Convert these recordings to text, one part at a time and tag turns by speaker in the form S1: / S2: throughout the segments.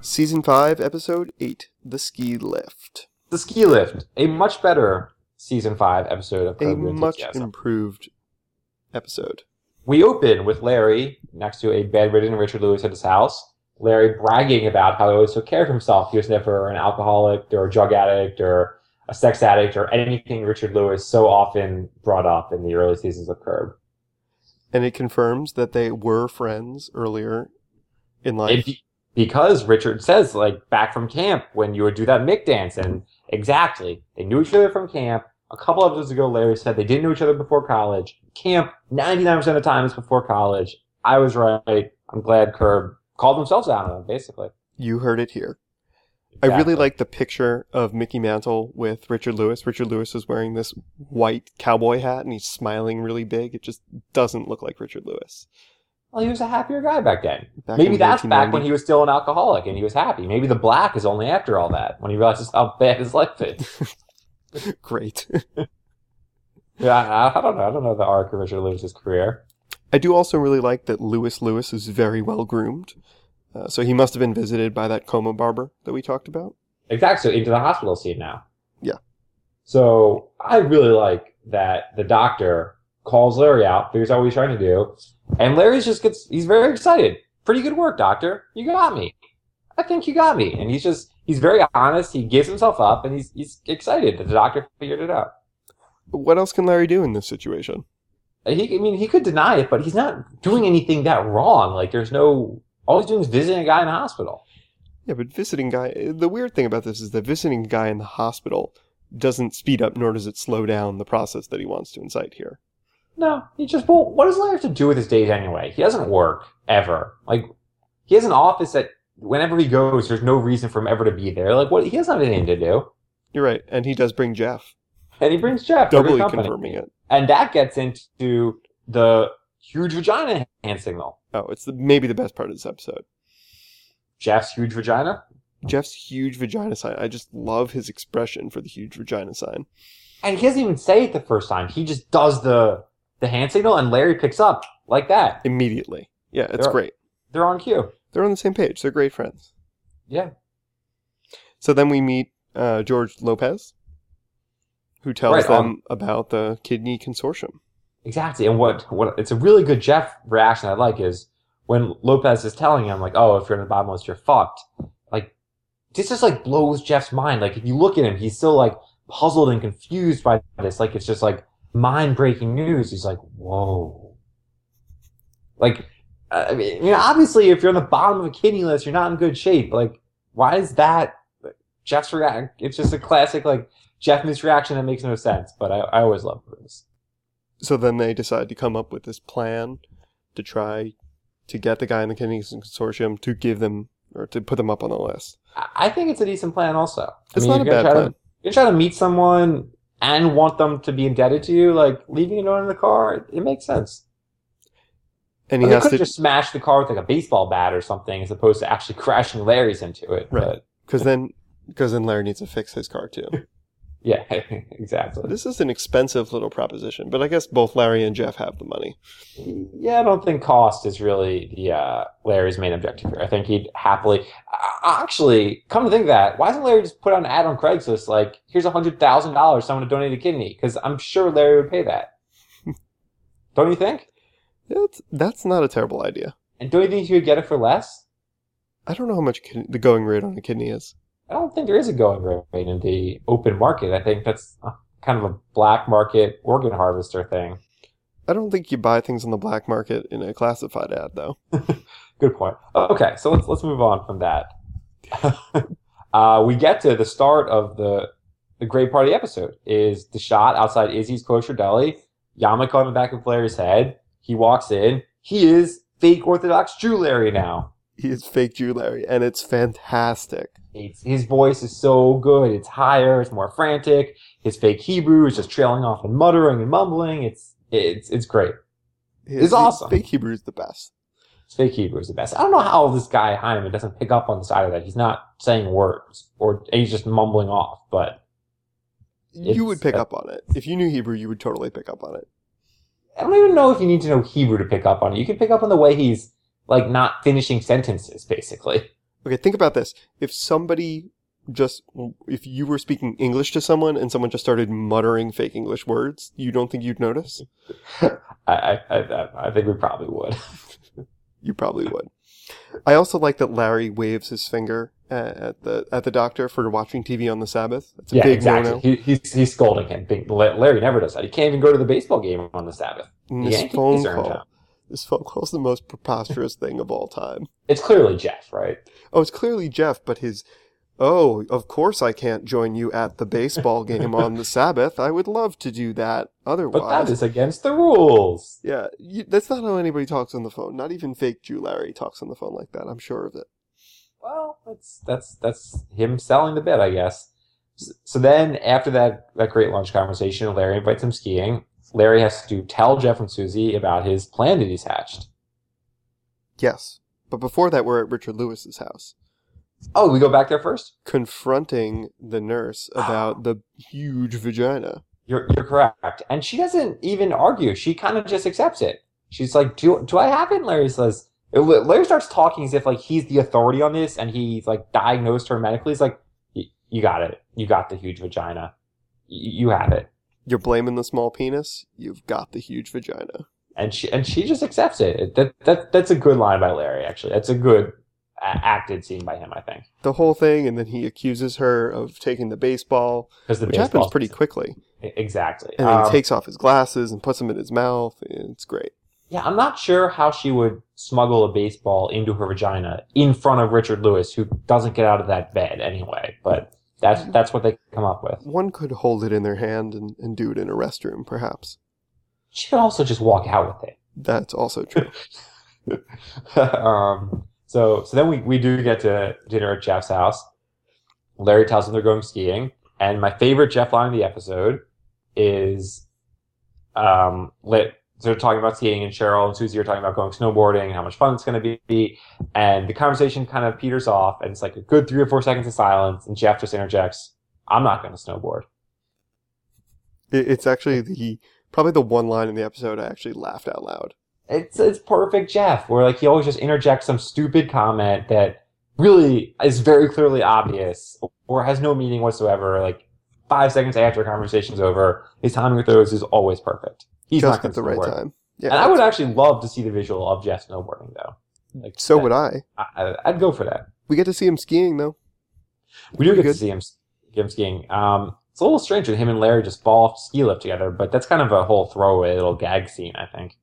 S1: Season 5, Episode 8 The Ski Lift.
S2: The Ski Lift, a much better season five episode of
S1: A
S2: Curb Your
S1: much
S2: Enthusiasm.
S1: improved episode.
S2: we open with Larry next to a bedridden Richard Lewis at his house. Larry bragging about how he always took care of himself. He was never an alcoholic or a drug addict or a sex addict or anything Richard Lewis so often brought up in the early seasons of Curb.
S1: And it confirms that they were friends earlier in
S2: It
S1: life.
S2: be- because Richard says, like, back from camp when you would do that Mick dance, and exactly, they knew each other from camp. A couple episodes ago, Larry said they didn't know each other before college. Camp, 99% of the time, is before college. I was right. I'm glad Curb called themselves out on it, basically.
S1: You heard it here. I
S2: Exactly.
S1: really like the picture of Mickey Mantle with Richard Lewis. Richard Lewis is wearing this white cowboy hat and he's smiling really big. It just doesn't look like Richard Lewis.
S2: Well, he was a happier guy back then.
S1: Back
S2: Maybe
S1: in
S2: that's back
S1: 1990.
S2: when he was still an alcoholic and he was happy. Maybe the black is only after all that when he realizes how bad his life is.
S1: Great.
S2: yeah, I, I don't know. I don't know the arc of Richard Lewis's career.
S1: I do also really like that Lewis Lewis is very well groomed. Uh, so he must have been visited by that Como barber that we talked about.
S2: Exactly. So into the hospital scene now.
S1: Yeah.
S2: So I really like that the doctor calls Larry out, figures out what he's trying to do, and Larry's just gets he's very excited. Pretty good work, doctor. You got me. I think you got me. And he's just he's very honest. He gives himself up, and he's he's excited that the doctor figured it out.
S1: What else can Larry do in this situation?
S2: He, I mean, he could deny it, but he's not doing anything that wrong. Like there's no all he's doing is visiting a guy in the hospital.
S1: Yeah, but visiting guy. The weird thing about this is that visiting guy in the hospital doesn't speed up nor does it slow down the process that he wants to incite here.
S2: No, he just well, what does Larry have to do with his days anyway? He doesn't work ever. Like he has an office that whenever he goes, there's no reason for him ever to be there. Like what he doesn't have anything to do.
S1: You're right, and he does bring Jeff,
S2: And he brings Jeff to every
S1: doubly
S2: company.
S1: confirming it.
S2: And that gets into the huge vagina hand signal.
S1: Oh, it's the, maybe the best part of this episode.
S2: Jeff's huge vagina.
S1: Jeff's huge vagina sign. I just love his expression for the huge vagina sign.
S2: And he doesn't even say it the first time. He just does the the hand signal and Larry picks up like that.
S1: Immediately. Yeah, it's
S2: There-
S1: great.
S2: They're on cue.
S1: They're on the same page. They're great friends.
S2: Yeah.
S1: So then we meet uh, George Lopez, who tells
S2: Right,
S1: them
S2: um,
S1: about the Kidney Consortium.
S2: Exactly. And what what it's a really good Jeff reaction I like is when Lopez is telling him like, "Oh, if you're in the bottom list, you're fucked." Like this just like blows Jeff's mind. Like if you look at him, he's still like puzzled and confused by this. Like it's just like mind-breaking news. He's like, "Whoa." Like uh, I mean, you know, obviously if you're on the bottom of a kidney list, you're not in good shape. Like why is that Jeff's reaction? It's just a classic like Jeff misreaction that makes no sense, but I, I always love this.
S1: So then they decide to come up with this plan to try to get the guy in the Kidney Consortium to give them or to put them up on the list.
S2: I I think it's a decent plan also. I
S1: It's
S2: mean,
S1: not a
S2: you're
S1: bad
S2: gonna try to-
S1: plan.
S2: you're trying to meet someone and want them to be indebted to you, like leaving a note in the car, it, it makes sense.
S1: And
S2: Or
S1: he
S2: they
S1: has
S2: could
S1: to,
S2: have just smashed the car with like a baseball bat or something as opposed to actually crashing Larry's into it.
S1: Right.
S2: But
S1: because then, because then Larry needs to fix his car too.
S2: yeah, exactly.
S1: this is an expensive little proposition, but I guess both Larry and Jeff have the money.
S2: Yeah, I don't think cost is really the uh, Larry's main objective here. I think he'd happily, uh, actually, come to think of that, why doesn't Larry just put out an ad on Craigslist like, "Here's a hundred thousand dollars, someone to donate a kidney"? Because I'm sure Larry would pay that. don't you think?
S1: That's that's not a terrible idea.
S2: And don't you think you could get it for less?
S1: I don't know how much kid- the going rate on a kidney is.
S2: I don't think there is a going rate in the open market. I think that's uh, kind of a black market organ harvester thing.
S1: I don't think you buy things on the black market in a classified ad, though.
S2: Good point. Okay, so let's let's move on from that. uh, we get to the start of the the great part of the episode is the shot outside Izzy's kosher deli. Yamaka on the back of Larry's head. He walks in. He is fake Orthodox Jew Larry now.
S1: He is fake Jew Larry, and it's fantastic.
S2: It's, his voice is so good. It's higher. It's more frantic. His fake Hebrew is just trailing off and muttering and mumbling. It's it's it's great.
S1: His,
S2: It's awesome.
S1: Fake Hebrew is the best.
S2: Fake Hebrew is the best. I don't know how this guy Hyman doesn't pick up on the side of that. He's not saying words, or he's just mumbling off. But It's-
S1: you would pick up on it. If you knew Hebrew, you would totally pick up on it.
S2: I don't even know if you need to know Hebrew to pick up on it. You can pick up on the way he's like not finishing sentences, basically.
S1: Okay, think about this. If somebody just, if you were speaking English to someone and someone just started muttering fake English words, you don't think you'd notice?
S2: I, I, I, I think we probably would.
S1: You probably would. I also like that Larry waves his finger at at the at the doctor for watching TV on the Sabbath. That's a
S2: yeah,
S1: big
S2: exactly.
S1: no-no.
S2: He, he's, he's scolding him. Big- La- Larry never does that. He can't even go to the baseball game on the Sabbath.
S1: And
S2: The
S1: this
S2: Yankees
S1: phone
S2: are in
S1: call,
S2: town.
S1: this phone call is the most preposterous thing of all time.
S2: It's clearly Jeff, right?
S1: Oh, it's clearly Jeff, but his, oh, of course I can't join you at the baseball game on the Sabbath. I would love to do that
S2: But
S1: otherwise.
S2: that is against the rules.
S1: yeah, you, that's not how anybody talks on the phone. Not even fake Jew Larry talks on the phone like that. I'm sure of it.
S2: Well, that's that's that's him selling the bit, I guess. S- So then, after that that great lunch conversation, Larry invites him skiing. Larry has to tell Jeff and Susie about his plan that he's hatched.
S1: Yes. But before that, we're at Richard Lewis's house,
S2: Oh, we go back there first.
S1: confronting the nurse
S2: Ah.
S1: about the huge vagina.
S2: You're you're correct. And she doesn't even argue. She kind of just accepts it. She's like, "Do do I have it?" Larry says. Larry starts talking as if like he's the authority on this, and he's like diagnosed her medically. He's like, "Y- "You got it. You got the huge vagina. Y- You have it."
S1: You're blaming the small penis. You've got the huge vagina.
S2: And she and she just accepts it. That that that's a good line by Larry. Actually, that's a good a- acted scene by him. I think
S1: The whole thing, and then he accuses her of taking the baseball,
S2: because the
S1: which
S2: baseball-
S1: happens pretty quickly.
S2: exactly.
S1: And then
S2: Um,
S1: he takes off his glasses and puts them in his mouth. It's great.
S2: Yeah, I'm not sure how she would smuggle a baseball into her vagina in front of Richard Lewis, who doesn't get out of that bed anyway. But that's that's what they come up with.
S1: One could hold it in their hand and, and do it in a restroom, perhaps.
S2: She could also just walk out with
S1: That's also true.
S2: it. um, so so then we, we do get to dinner at Jeff's house. Larry tells them they're going skiing, and my favorite Jeff line of the episode is, um, lit. So they're talking about skiing, and Cheryl and Susie are talking about going snowboarding and how much fun it's going to be. And the conversation kind of peters off, and it's like a good three or four seconds of silence. And Jeff just interjects, "I'm not going to snowboard."
S1: It- it's actually the probably the one line in the episode I actually laughed out loud.
S2: It's it's perfect Jeff, where like he always just interjects some stupid comment that really is very clearly obvious or has no meaning whatsoever. Like five seconds after a conversation's over, his timing with those is always perfect. He's
S1: Just
S2: not
S1: at the right
S2: time.
S1: time. Yeah.
S2: and I would actually love to see the visual of Jeff snowboarding though. Like
S1: so
S2: that-
S1: would I.
S2: I, I- I'd go for that.
S1: We get to see him skiing though.
S2: We do
S1: Pretty
S2: get
S1: good.
S2: to see him, him skiing. Um, it's a little strange that him and Larry just fall off the ski lift together, but that's kind of a whole throwaway little gag scene, I think.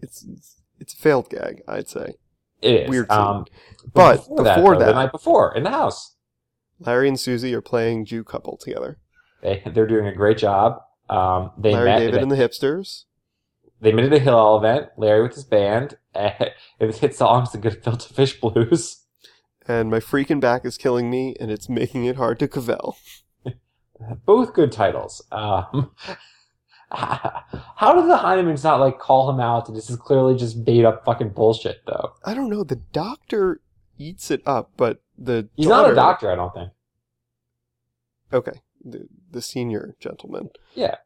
S1: It's it's, it's a failed gag, I'd say.
S2: It is
S1: Weird scene.
S2: Um,
S1: But before
S2: though,
S1: that-
S2: the night before in the house,
S1: Larry and Susie are playing Jew couple together.
S2: They they're doing a great job. Um, they
S1: Larry
S2: met.
S1: David
S2: they,
S1: and the hipsters.
S2: they met at a Hillel event. Larry with his band. And his hit songs the good filter fish blues.
S1: And my freaking back is killing me, and it's making it hard to cavell.
S2: Both good titles. Um, how did the Heinemans not like call him out? That this is clearly just made up fucking bullshit, though.
S1: I don't know. The doctor eats it up, but the
S2: He's not
S1: daughter-
S2: a doctor, I don't think.
S1: Okay. The, the senior gentleman.
S2: Yeah.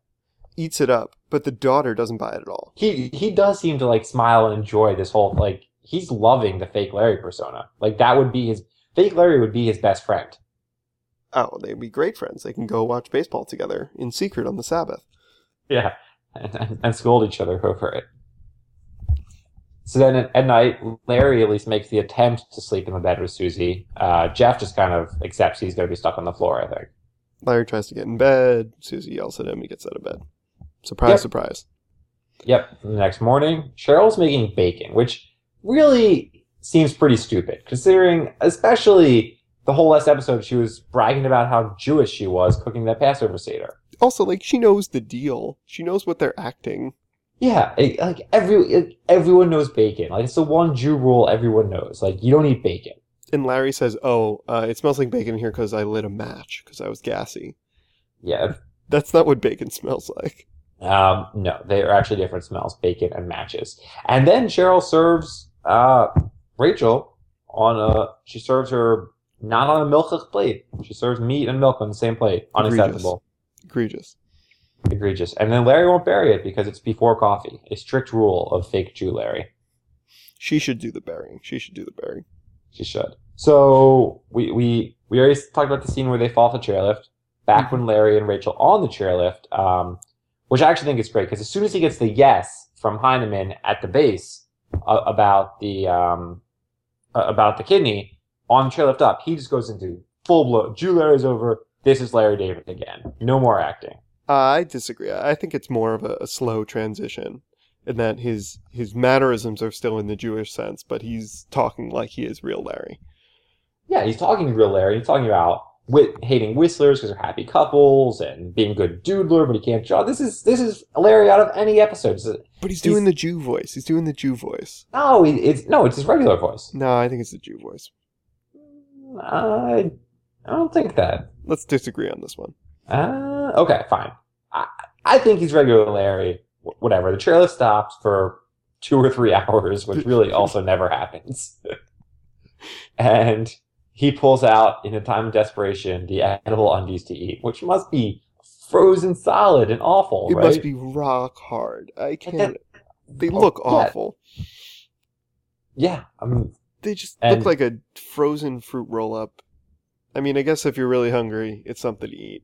S1: Eats it up, but the daughter doesn't buy it at all.
S2: He he does seem to like smile and enjoy this whole like he's loving the fake Larry persona. Like that would be his fake Larry would be his best friend.
S1: Oh, they'd be great friends. They can go watch baseball together in secret on the Sabbath.
S2: Yeah, and, and, and scold each other over it. So then at, at night, Larry at least makes the attempt to sleep in the bed with Susie. Uh, Jeff just kind of accepts he's going to be stuck on the floor, I think.
S1: Larry tries to get in bed. Susie yells at him. He gets out of bed. Surprise,
S2: Yep.
S1: surprise.
S2: Yep. The next morning, Cheryl's making bacon, which really seems pretty stupid, considering, especially the whole last episode, she was bragging about how Jewish she was cooking that Passover Seder.
S1: Also, like, she knows the deal. She knows what they're acting.
S2: Yeah, it- like every it, everyone knows bacon. Like it's the one Jew rule everyone knows. Like you don't eat bacon.
S1: And Larry says, Oh, uh, it smells like bacon here because I lit a match because I was gassy.
S2: Yeah,
S1: That's not what bacon smells like.
S2: Um, no, they are actually different smells, bacon and matches. And then Cheryl serves uh, Rachel on a she serves her not on a milk plate. She serves meat and milk on the same plate. Unacceptable.
S1: Egregious.
S2: Egregious. And then Larry won't bury it because it's before coffee. A strict rule of fake Jew Larry.
S1: She should do the burying. She should do the burying.
S2: She should. So we we we already talked about the scene where they fall off the chairlift. Back when Larry and Rachel on the chairlift, um, which I actually think is great because as soon as he gets the yes from Heineman at the base uh, about the um, uh, about the kidney on the chairlift up, he just goes into full blow. Jew Larry's over. This is Larry David again. No more acting.
S1: I disagree. I think it's more of a, a slow transition, in that his his mannerisms are still in the Jewish sense, but he's talking like he is real Larry.
S2: Yeah, he's talking real Larry. He's talking about whi hating whistlers because they're happy couples and being good doodler, but he can't draw. This is this is Larry out of any episode. This is-
S1: But he's
S2: He's-
S1: doing the Jew voice. He's doing the Jew voice.
S2: No, he- it's no, it's his regular voice. Mm,
S1: No, I think it's the Jew voice.
S2: I I don't think that.
S1: Let's disagree on this one.
S2: Uh, okay, fine. I, I think he's regular Larry. Wh- Whatever. The trailer stops for two or three hours, which really also never happens. and he pulls out, in a time of desperation, the edible undies to eat, which must be frozen solid and awful,
S1: It
S2: right?
S1: must be rock hard. I can't. They
S2: Oh,
S1: look
S2: yeah.
S1: awful.
S2: Yeah, um, I mean,
S1: They just
S2: And-
S1: look like a frozen fruit roll up. I mean, I guess if you're really hungry, it's something to eat.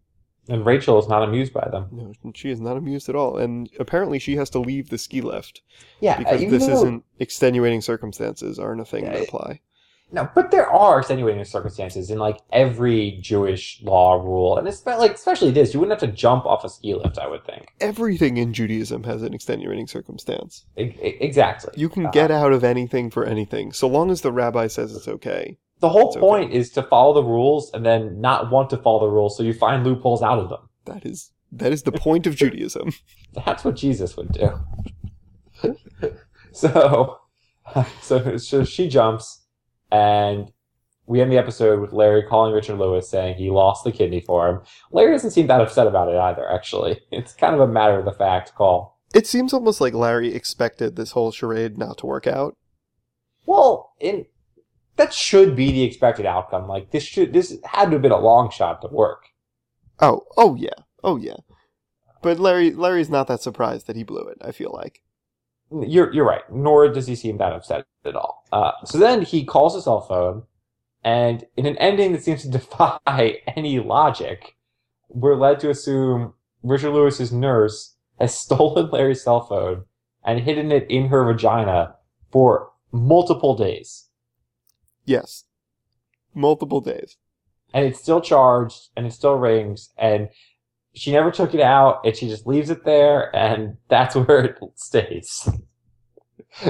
S2: and Rachel is not amused by them.
S1: No, she is not amused at all, and apparently she has to leave the ski lift
S2: Yeah,
S1: because
S2: even
S1: this
S2: though-
S1: isn't extenuating circumstances aren't a thing
S2: Yeah,
S1: that apply.
S2: No, but there are extenuating circumstances in like every Jewish law rule, and it's like especially this, you wouldn't have to jump off a ski lift, I would think.
S1: Everything in Judaism has an extenuating circumstance.
S2: E- e- exactly.
S1: You can
S2: Uh,
S1: get out of anything for anything, so long as the rabbi says it's okay.
S2: the whole
S1: it's okay.
S2: point is to follow the rules and then not want to follow the rules, so you find loopholes out of them.
S1: That is that is the point of Judaism.
S2: That's what Jesus would do. so, so, so she jumps, and we end the episode with Larry calling Richard Lewis saying he lost the kidney for him. Larry doesn't seem that upset about it either. Actually, it's kind of a matter of the fact call.
S1: It seems almost like Larry expected this whole charade not to work out.
S2: Well, in that should be the expected outcome. Like this should this had to have been a long shot to work.
S1: Oh, oh yeah, oh yeah. But Larry, Larry's not that surprised that he blew it. I feel like.
S2: You're you're right. Nor does he seem that upset at all. Uh, so then he calls his cell phone, and in an ending that seems to defy any logic, we're led to assume Richard Lewis's nurse has stolen Larry's cell phone and hidden it in her vagina for multiple days,
S1: Yes. Multiple days.
S2: and it's still charged and it still rings, and she never took it out, and she just leaves it there, and that's where it stays.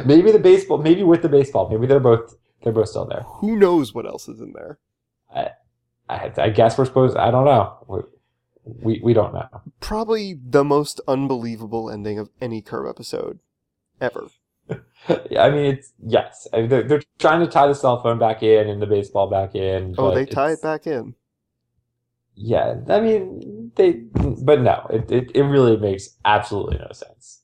S2: maybe the baseball, maybe with the baseball, maybe they're both they're both still there.
S1: Who knows what else is in there?
S2: I, I guess we're supposed. I don't know. We, we we don't know.
S1: Probably the most unbelievable ending of any Curb episode ever.
S2: I mean, it's yes. I mean, they're, they're trying to tie the cell phone back in and the baseball back in.
S1: Oh,
S2: but
S1: they tie
S2: it's-
S1: it back in.
S2: Yeah, I mean, they. But no, it, it it really makes absolutely no sense.